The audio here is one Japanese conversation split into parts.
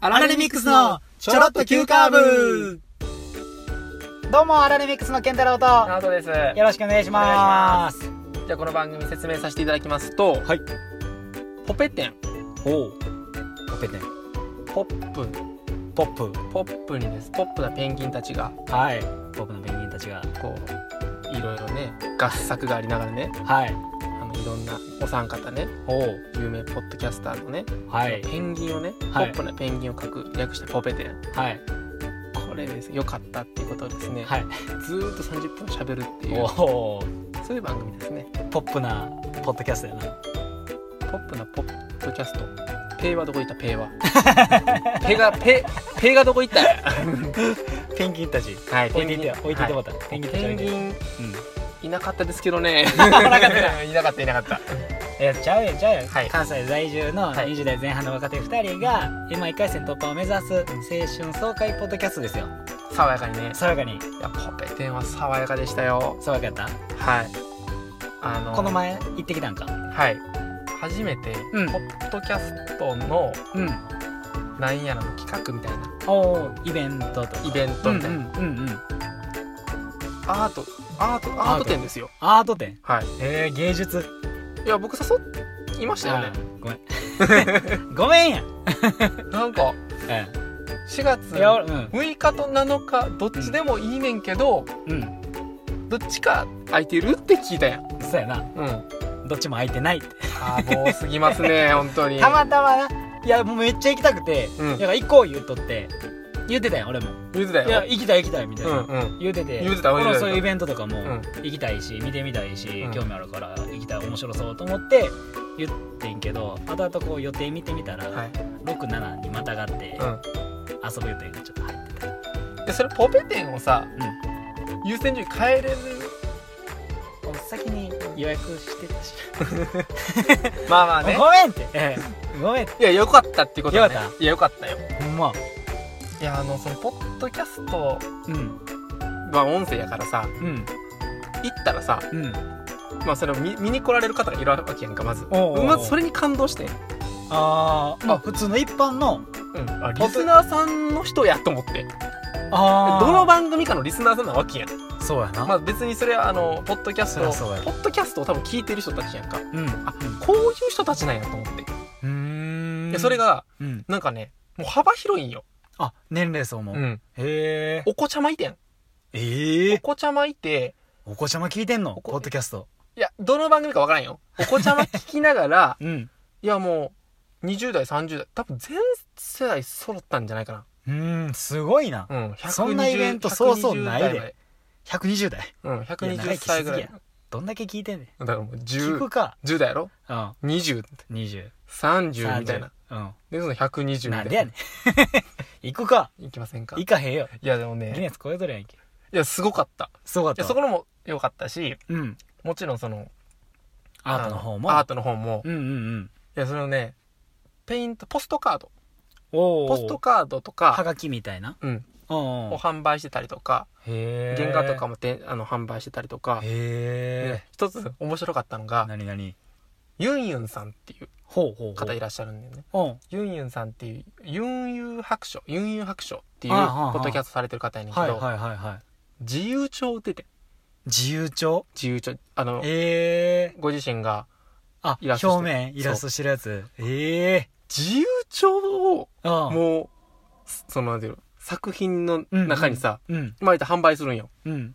アラレミックスのちょろっと急カーブどうもアラレミックスの健太郎とナートですよろしくお願いしますじゃあこの番組説明させていただきますとはいポペテンおおポペテンポップポップポップにですポップなペンギンたちがはいポップのペンギンたちがこういろいろね合作がありながらねはいあのいろんなお三方ねお有名ポッドキャスターのね、おはいペンギンをね、はいポップなペンギンを描く略してポペテンはいこれです良かったっていうことをですね、はいずーっと30分喋るっていうおおそういう番組ですねポップなポッドキャストやなポップなポッドキャストペイはどこ行ったペイは ペがペペイがどこ行ったペンギンたちはい置いていって置いていってもらったペンペンギギンンはたいペンち置いてギいンうんいなかったですけどねいなかったいなかったいやちゃうよちゃうよ、はい関西在住のはい20代前半の若手2人が m 1回戦突破を目指す青春爽快ポッドキャストですよ爽やかにね爽やかにいやポペテンは爽やかでしたよ爽やかやっはいあたのこの前行ってきたんかはい初めて、うんポッドキャストのうんなんやらの企画みたいなおーイベントとイベントみたいな、うんうんうんアートアートアート展ですよアート展はいえー、芸術いや僕誘っていましたよねあーごめん ごめんや、なんかう4月ん、いや俺うん6日と7日どっちでもいいねんけど、うんどっちか空いてるって聞いたやんそうやなうんどっちも空いてないって多忙すぎます ね本当にたまたまないやもうめっちゃ行きたくて、うんだから行こう言うとって言ってたやん俺も言うてたよいや行きたい行きたいみたいうな、んうん言うてて言うてた俺言うもてたそういうイベントとかもん行きたいし、見てみたいし、うん興味あるから行きたい面白そうと思って言ってんけど後々こう予定見てみたら、はい67にまたがって、う遊ぶ予定がちょっと入ってたんでそれポペテンをさ、優先順位変えれるお先に予約してたし、まあまあねごめんって、ええごめんっていやよかったっていうことだねよかっいやよかったよほんまいやあのそのポッドキャストうんは音声やからさうん行ったらさうんまあそれを見見に来られる方がいるわけやんかまずおうおうおうまずそれに感動して、あーまあ普通の一般のうん、あリスナーさんの人やと思ってあどの番組かのリスナーさんなわけやんそうやな、まあ別にそれはあのポッドキャストをそりゃそうやポッドキャストを多分聞いてる人たちやんかうんあこういう人たちなんやと思って、うんでそれ、がうん、なんかねもう幅広いんよ、あ年齢層も、ん、へえお子ちゃまいてんえおえ子ちゃまいてお子ちゃま聞いてんのお子ポッドキャストいやどの番組かわからんよお子ちゃま聞きながら うんいやもう20代30代多分全世代揃ったんじゃないかうーんすごいななうん120そんなイベントそうそうないで120代まうん120代いや長120生きしすぎ歳ぐらいやどんだけ聞いてんねだからもうん聞 10, くか10代やろうん2030 2030みたいなうんでその120みたいなんでやねん 行くかいきませんか行かへんよいやでもねギネス超えとるやんけいや、すごかった。すごかっいや、たそこのも良かったし、うんもちろんその、アートの方もあアートの方も、うんうんうんいや、そのね、ペイント、ポストカード。おおポストカードとはか、がきみたいなうん、おを販売してたりとか、へえ原画とかももてあの販売してたりとか、へで一つ面白かったのえが、何何ユンユンさんっていうほうほう方いららっしゃるんだよね。うんユンユンさんっていう、ユンユー白書、ユンユー白書っていう、ポあはあはあッドキャストされてる方やねんけはいど、はいはいはい自由帳ってて、自由帳自由帳、あの、ええご自身があイラス表トして面イラストしてるやつええ自由帳をあもう、その、なんていうの作品のうんうん中にさ、うんまあ、販売するんよ。うん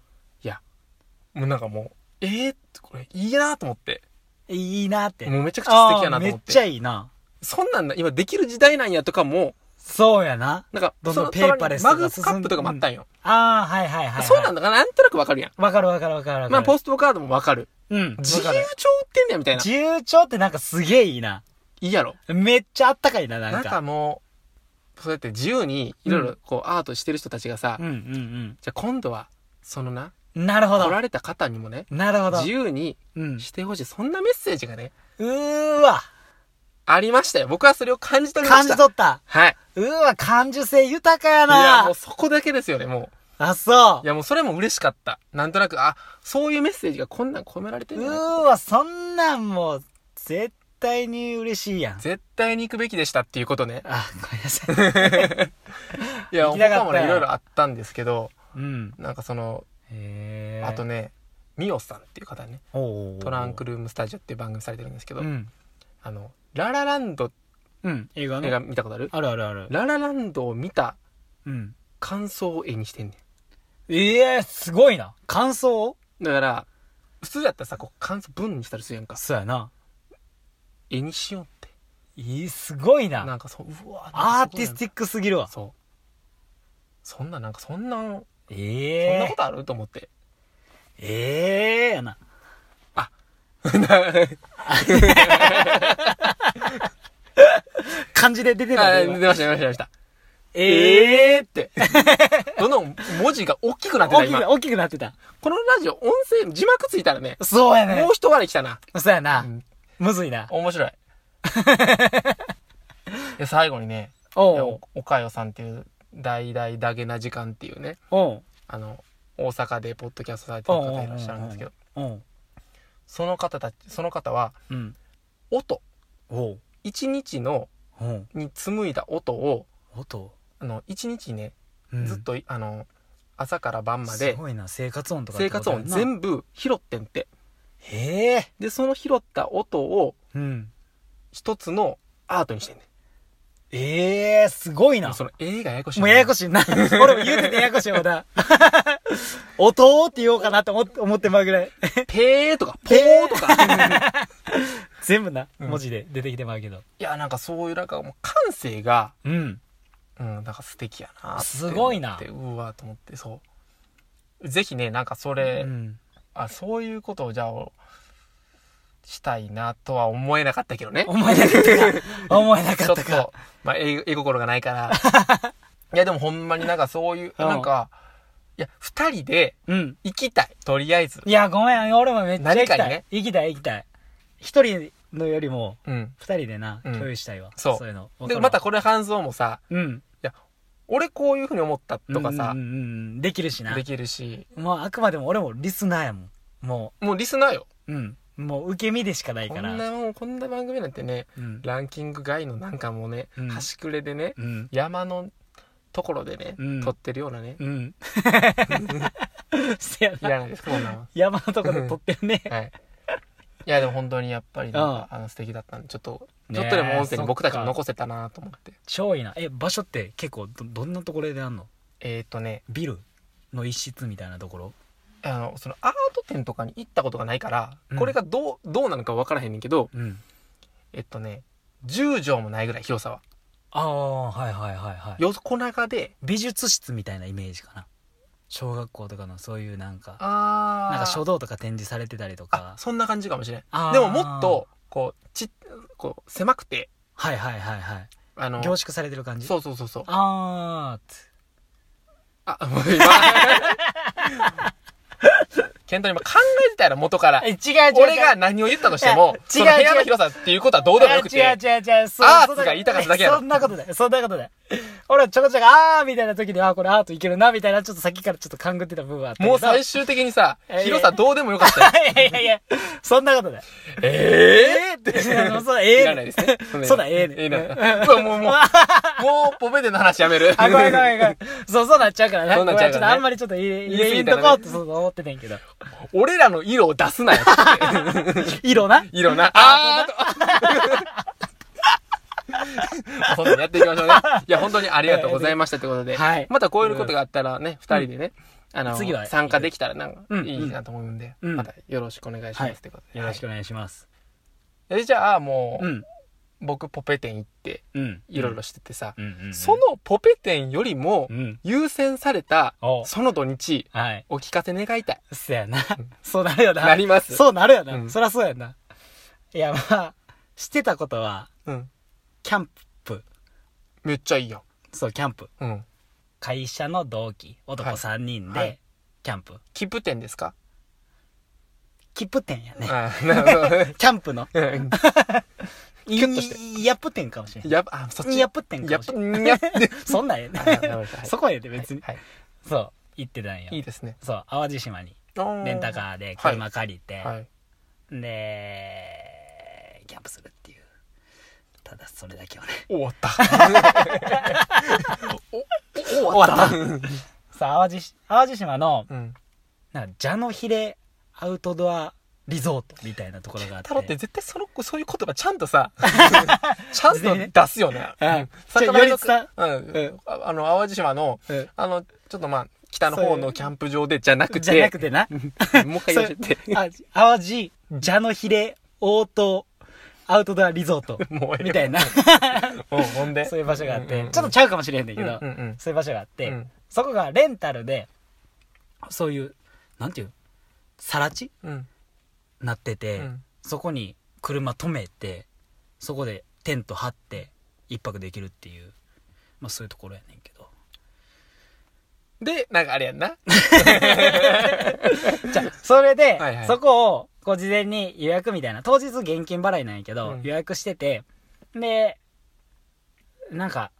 もうなんかもう、えー、これいいなと思って。いいなってもうめちゃくちゃ素敵やなとあー思めっっちゃて。いいなそんなんな、今できる時代なんやとかも、そうやななんか、どんそどんのペーパーレスそのがマグカップとかもあったんよ。ああはいはいはい、はい、そうなんだから、なんとなくわかるやん。わかるわかるわかるわかるまあ、ポストカードもわかる。うん自由帳わか売るってんねや、みたいな。自由帳ってなんかすげえいいないいやろ。めっちゃあったかいななんなんかかもう、そうやって自由に、いろいろこう、アートしてる人たちがさ、うんうんじゃあ今度は、そのな、うんなるほ来どられた方にもね、なるほど自由にうんしてほしい。そんなメッセージがね、うーわありましたよ。僕はそれを感じ取りま感しじた。取ったはい。うーわ感受性豊かやいや、もなうそこだけですよね、もあそうう。いや、もうそれも嬉しかった。なんとなく、あ、そういうメッセージがこんなん込められてんうじゃないーわ、そんなんもう、絶対に嬉しいやん絶対に行くべきでしたっていうことね。あごめんな さいいや、行きたかった他もね、いろいろあったんですけど、うんなんかその、へえあとね、ミオさんっていう方ね、トランクルルームスタジオっていう番組されてるんですけど、うん、あの、ララランドうん、映画の映画見たことあるあるあるあるララランドを見たうん感想を絵にしてんねええすごいな感想ん。だから、普通だったらさ、こう感想文にしたりするやんか。そうやな絵にしようって。いいすごいななんかそう、うわアーティスィッティックすぎるわクそう。そんな、なんかそんな、そんなえことあると思 って。えええやな漢字で出てたあね出今ました、出ました、出ました。ええって どんどん文字が大きくなってた、大きく今。大きくなってたこのラジオ、音声、字幕ついたらね、そうやねもう一割来たな。そうやうなんむずいな面 白い。で、最後にね、おおうかよさんっていう、大々だげな時間っていうね、おうあの、大阪でポッドキャストされてる方いらっしゃるんですけど、おうその方たち、その方は、うん音、おう一日の、おうに紡いだ音を、音あの、一日にね、うんずっと、あの、朝から晩ますで、ごいな生活音とか生活音全部拾ってんって。部へえで、その拾った音を、うん一つのアートにしてんねんええすごいなその映画ややこしいもうややこしいしいな。 俺も言うててややこしいもん な。音って言おうかなと思って思ってまうぐらい。ペーと かポーとか全部な、うん文字で出てきてまうけど。いやなんかそういうなんかもう感性がうん。うんなんか素敵やなってすごいな思ってうわーと思ってそうぜひねなんかそれ、うん。あそういうことをじゃあしたいなとは思えなかったけどね思えなかったか。思えなかったちょっかと。、まあ、絵絵心がないから いやでもほんまになんかそういううんなんかいや二人でうん。行きたいとりあえずいや、ごめん。俺もめっちゃ行き何かたにいね。行きたい、行きたい。一人のよりも、うん二人でな、うん共有したいわ。そうそういうの。でまた、これ感想もさうん。俺こういうふうに思ったとかさ、うんうんうんうん。できるしなで。きるしもうあくまでも俺もリスナーやもん。ももうリスナーよう、うん。もう受け身でしかないこかんら。なもんこんな番組なんてねうん。ランキング外のなんかもね、うん端くれでねうん。山のところでね、うん撮ってるようなね うん。せやいな。らないですこんなもん山のとこで撮ってるね。はいいやでも本当にやっぱりなんかあの素敵だったんでちょっと、ねえちょっとでも音声に僕たちそっもか残せたなと思って超いいな。え、場所って結構ど、どんなところであんのえっ、とねビルの一室みたいなところあのそのアート展とかに行ったことがないから、うんこれがどうどうなのか分からへんねんけどうん。えっとね10畳もないぐらい広さはああ、はいはいはいはい。横長で美術室みたいなイメージかな。小学校とかのそういうなんか、あなんか書書道とか展示されてたりとあか。そんな感じかもしれあんーでももっとこうちこう狭くてはいはいはいはい。あの凝縮されてる感じそうそうそうそうあーつあもう 今ケント今考えてたやろ元からえ違う違う違う。俺が何を言ったとしてもいそのや違う部屋の広さっていうことはどうでもよくてあ違う違う違う。そアーツそんなが言いたかっただけやろそんなことない。そんなことない。俺はちょこちょこ、あーみたいな時に、あーこれアートいけるな、みたいな、ちょっとさっきからちょっと勘ぐってた部分はあったけど。もう最終的にさえー広さどうでもよかった よいやいやいや、そんなことない。ええっていやもう そうええいらないです ねそうだええねええなうわもうもうもうポペでの話やめるあ、ごめんごめんごめん。 そう、そうなっちゃうからな。そうなっちゃうからねごめんちょっとあんまりちょっと入れ、入れ入れとこうってそう思ってたんやけど。俺らの色を出すなよ色な。いろんな、あーと。本当にやってい きましょうね。いや、本当にありがとうございましたということで、はいまたこういうことがあったらね、二人でね、あの、次は参加できたらなんかうんいいなと思うんで、うんまたよろしくお願いしはまいすということで。よろしくはお願いします。いえじゃあ、もう、うん。僕、ポペ店行って、うん。いろいろしててさう、ん。うん。そのポペ店よりもう、ん。優先されたお、うその土日、はい。お聞かせ願いたい。そやな。そうなるよな。なりますそうなるような。んそりゃそうやんな。いや、まあ、してたことは、うん。キャンプ。めっちゃいいよ。そう、キャンプ。うん。会社の同期、男はい3人はでい、キャンプ。切符店ですか切符店やね。あーなるほどキャンプの。 うん。いキュッとしてやぷ店かもしれん。やっぱ、あ、そっち。やぷ店かやもっしぱ、れん。にゃっそんなんやねあなるほどは。いそこやで、別に。はい、そう、行ってたんよい。いですねそう、淡路島に、レンタカーで車借りて、はいで、キャンプするっていう。ただそれだけ はね。終わった。お、お 終わった。さあ、淡路、淡路島の、うん。なんか、蛇のヒレアウトドアリゾートみたいなところがあって。太郎って絶対その、そういう言葉ちゃんと さ、ちゃん事と前にね出すよね。うんうんちょより伝うん。ああの、淡路島の、うんあの、ちょっとまあ、北のそ方ういうのキャンプ場でじゃなくじゃなて、くてな。もう一回言って。あ淡路、蛇のヒレ、応答、アウトドアリ ゾート、もうええわみたいな、うん、ほんで。そういう場所があっうんうんてう、んちょっとちゃうかもしれへんねんけどうんうんうん、そういう場所があっうてん、そこがレンタルで、そういう、なんていう、さら地うん。なってうて、ん。そこに車止めて、そこでテント張って、一泊できるっていう、まあそういうところやねんけど。で、なんかあれやんな。じゃあそれで、はいはいそこを、こう事前に予約みたいな、当日現金払いなんやけど、うん予約してて、で、なんか、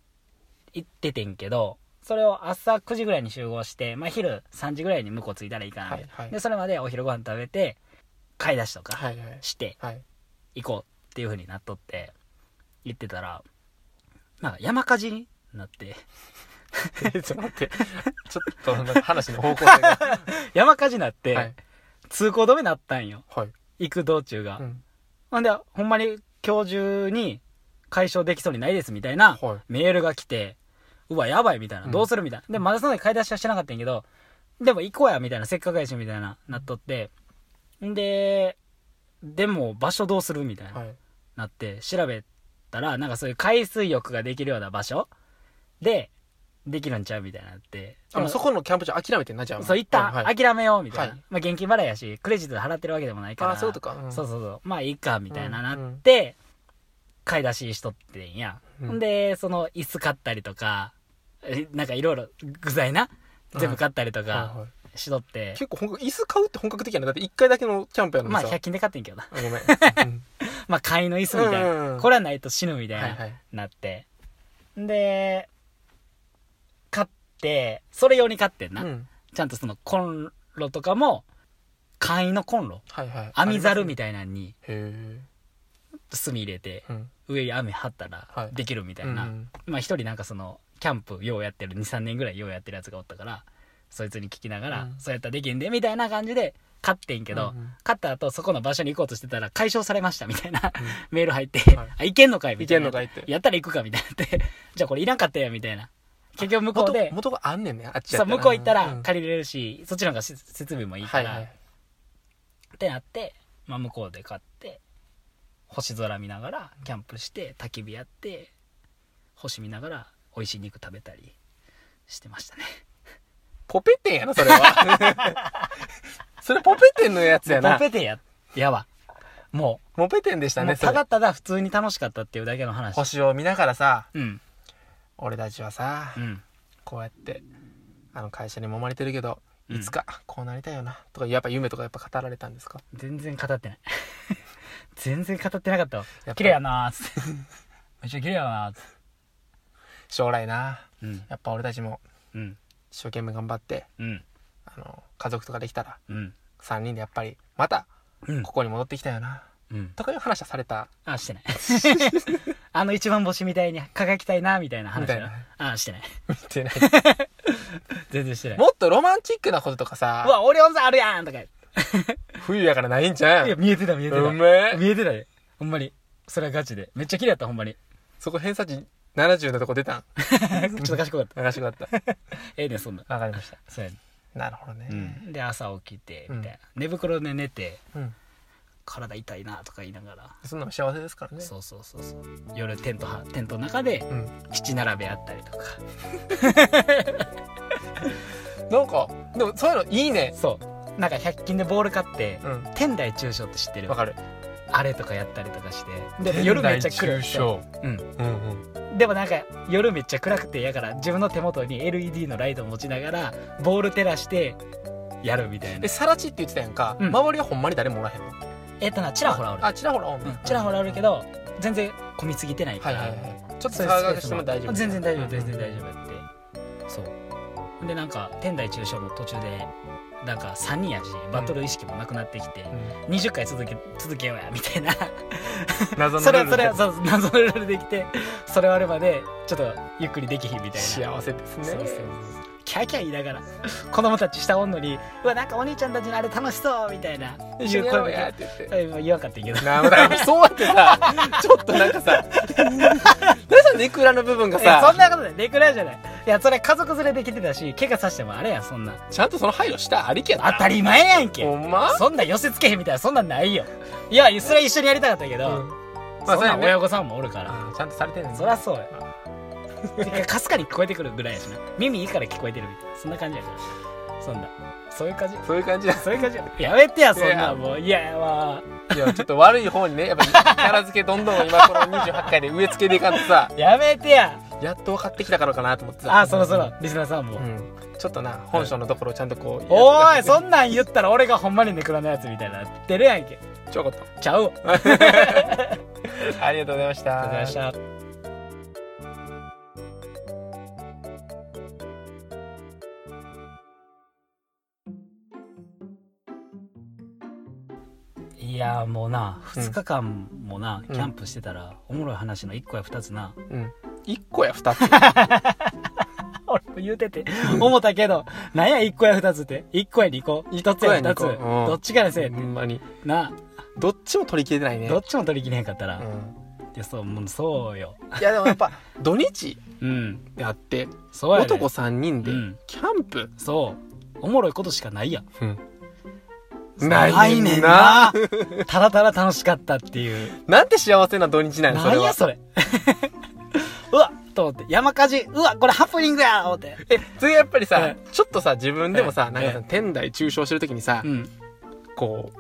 行っててんけど、それを朝9時ぐらいに集合して、まあ昼3時ぐらいに向こう着いたらいいかな、はいはいで、それまでお昼ご飯食べて、買い出しとかいはい。してはい。行こうっていう風になっとって、行ってたら、なんか山火事に なって、 ちょっと待って。ちょっと、なんか話の方向性が。山火事になっはてい、。通行止めになったんよ。はい。行く道中が。うん。ほんで、ほんまに今日中に解消できそうにないですみたいなはいメールが来て、うわ、やばいみたいな、うんどうするみたいな。で、まだその時買い出しはしてなかったんやけど、でも行こうやみたいな、せっかくやしみたいな、なっとって。んで、でも場所どうするみたいな、はい。なって、調べたら、なんかそういう海水浴ができるような場所で、できるんちゃうみたいなって。あの、そこのキャンプ場諦めてんな、じゃあ。そう、一旦んはい。諦めようみたいな。はいまあ、現金払いやし、クレジットで払ってるわけでもないから。あ、そういうことか。んそうそうそう。まあ、いいか、みたいなうんなって、買い出ししとってんや。うんほんで、その、椅子買ったりとか、えなんかいろいろ具材な、全部買ったりとはいかはいしとって、結構本格、椅子買うって本格的やな。だって一回だけのキャンプやのにまあ、さ。 100均で買ってんけどな。 あごめん。うんまあ、買いの椅子みたいうんうんうな。んこれはないと死ぬみたいはいなは、い。なって。で、買って、それ用に買ってんな。うん。ちゃんとその、コンロとかも、簡易のコンロ。はいはい。網ざるへみたいなのにえ。炭入れて、うん。上に網張ったはらいできるみたいな、うんまあ一人なんかそのキャンプようやってる23年ぐらいようやってるやつがおったからそいつに聞きながら、うんそうやったらできんでみたいな感じで勝ってんけど、うん うん勝った後そこの場所に行こうとしてたら解消されましたみたいな、 メール入って、はいあ行けんのかいみたいな行けんのかいってやったら行くかみたいになって じゃあこれいらんかったよみたいな結局向こうで元元があんねんね、あっちやそうったら向こう行ったらん借りれるし、そっちの方がし設備もいいかはいら、はい。ってなって、まあ、向こうで買って星空見ながらキャンプして焚き火やって星見ながら美味しい肉食べたりしてましたねポペテンやな、それは。 それポペテンのやつやなもう。ペテややわもモペテンでしうたもね、うそたれだ。ただ普通に楽しかったっていうだけの話星を見ながらさ、うん俺たちはさう、んこうやって、あの会社に揉まれてるけど、うんいつかこうなりたいよな、とか、やっぱ夢とかやっぱ語られたんですか全然語ってない 全然語ってなかったわぱ綺麗やなーっつって めっちゃ綺麗やなーっつって将来な、うんやっぱ俺たちもうん一生懸命頑張って、うんあの、家族とかできたら、うん3人でやっぱり、また、うんここに戻ってきたよな、うんとかいう話はされた。あ、してない。 あの一番星みたいに輝きたいな、みたいな話だよみたいあ、してない。見てない。全然してない。うもっとロマンチックなこととかさ、わ、オリオン座あるやんとか。い冬やからないんじゃや、ん。見えてた、見えてうた。めえ。見えてたで。ほんまに。それはガチで。めっちゃ綺麗だった、ほんまに。 そこ偏差値70のとこ出たん。ちょっと賢かった。流しか った。ええねん、そんな。わかりました。そうやねなるほどね。ん。で、朝起きて、うんみたいな。寝袋で寝て、うん。体痛いな、とか言いながら。そんなの幸せですからね。そうそうそうそう。夜、テントは、テントの中で、うん。七並べあったりとか。なんか、でもそういうのいいね。そう。なんか、100均でボール買って、うん。天台中小って知ってるわかる。あれとかやったりとかして。で、夜めっちゃ来る。小。うん。うんうん。でもなんか夜めっちゃ暗くてやから自分の手元に LED のライトを持ちながらボール照らしてやるみたいなで、さらちって言ってたやんか。うん周りはほんまに誰もおらへんの。えっとなちらほらおるあ、ちらほらおるうねんちらほらおるけど全然混みすぎてないかはいら、はいはい。ちょっとそういう騒がしスペてーもスも大丈夫。全然大丈夫全然うん大丈夫やってそうでなんか天台中小の途中でなんか3人やしバトル意識もなくなってきて、20回続け続けようやみたいな謎そのルれーはルそれはそう謎のルールできてそれ終わるまでちょっとゆっくりできひんみたいな幸せですねそうそうそうキャーキャー言いながら子供たち下おんのにうわなんかお兄ちゃんたちのあれ楽しそうみたいな一緒にやろうやっ声て言ってがえ言わんかったけどなあまだそうやってさちょっとなんかさ何そのネクラの部分がいやそさんなことないネクラじゃないいやそれ家族連れで来てたし怪我させてもあれやそんなちゃんとその配慮したありきや当たり前やんけほんまそんな寄せつけへんみたいなそんなんないよいやそれは一緒にやりたかったけど、うんまあそんなそんれは親ね御さんもおるから、ちゃんとされてるねそりゃそうやてかかすかに聞こえてくるぐらいや しな耳いいから聞こえてるみたいなそんな感じやからそんなそういう感じそういう感じだそういう感じやめてやそんいやなもういやいやわいやちょっと悪い方にねやっぱキャラ付けどんどん今この28回で植え付けていかんとさやめてややっと分かってきたからかなと思ってさあそろそろリスナーさんも、うんちょっとな本性のところをちゃんとこうおーいそんんなん言ったら俺がほんまにネクラのやつみたいになってるやんけちょこっとちゃうわありがとうございましたありがとうございましたいやーもうなうん2日間もな、うんキャンプしてたらおもろい話の1個や2つな、うん1個や2つ 俺も言うてて思ったけど なんや1個や2つって1個や2個1つや2一つ個や二個うんどっちからせえほんまになどっちも取り切れてないねどっちも取り切れへんかったら、ういんやそうもうそうよいやでもやっぱ土日うんであってそうやで男3人でうんキャンプそうおもろいことしかないやんないねんななただただ楽しかったっていうなんて幸せな土日なんやそなれんはや それうわっと思って山火事うわこれハプニングや思ってえそれやっぱりさえちょっとさ自分でもさえなんかさえ天台中傷してる時にさうんこう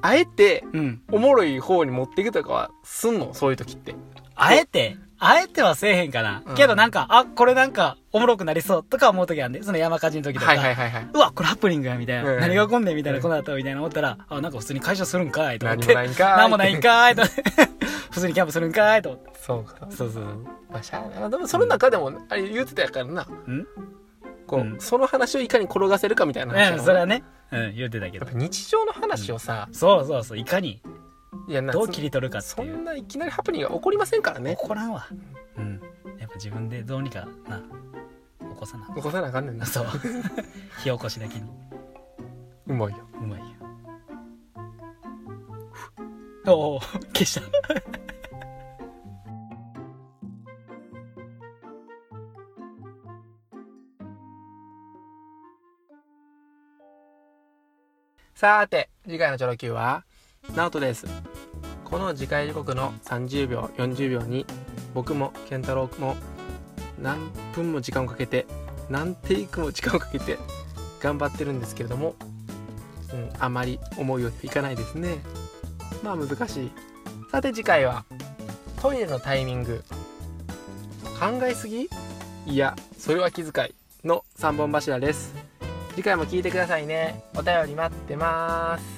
あえてうんおもろい方に持っていくとかはすんのそういう時ってあえてあえてはせえへんかな、うんけどなんかあこれなんかおもろくなりそうとか思う時あるんでその山火事の時とか、はいはいはいはいうわこれハプニングやみたいな、うん何が起こんねんみたいな、うんこの後みたいな思ったらあなんか普通に会社するんかいと思っ何てもないんかい何もないんかいと思 って普通にキャンプするんかいと思ってそうかそうそうそうまあしゃあないまあでもその中でもあれ言うてたやからなんこうんうその話をいかに転がせるかみたいな話やうんもんそれはね、うん、言うてた けやどっぱ日常の話をさそうそうそういかにいやなどう切り取るかってそいうそんないきなりハプニングが起こりませんからね怒らんわうんやっぱ自分でどうにかな起こさな起こさなあかんねんなそう 火起こしだけにうまいようまいよふっおお消したさーて次回のチョロ Q はナオトですこの次回時刻の30秒40秒に僕も健太郎も何分も時間をかけて何テイクも時間をかけて頑張ってるんですけれども、うん、あまり思うようにはいかないですねまあ難しいさて次回はトイレのタイミング考えすぎいやそれは気遣いの3本柱です次回も聞いてくださいねお便り待ってます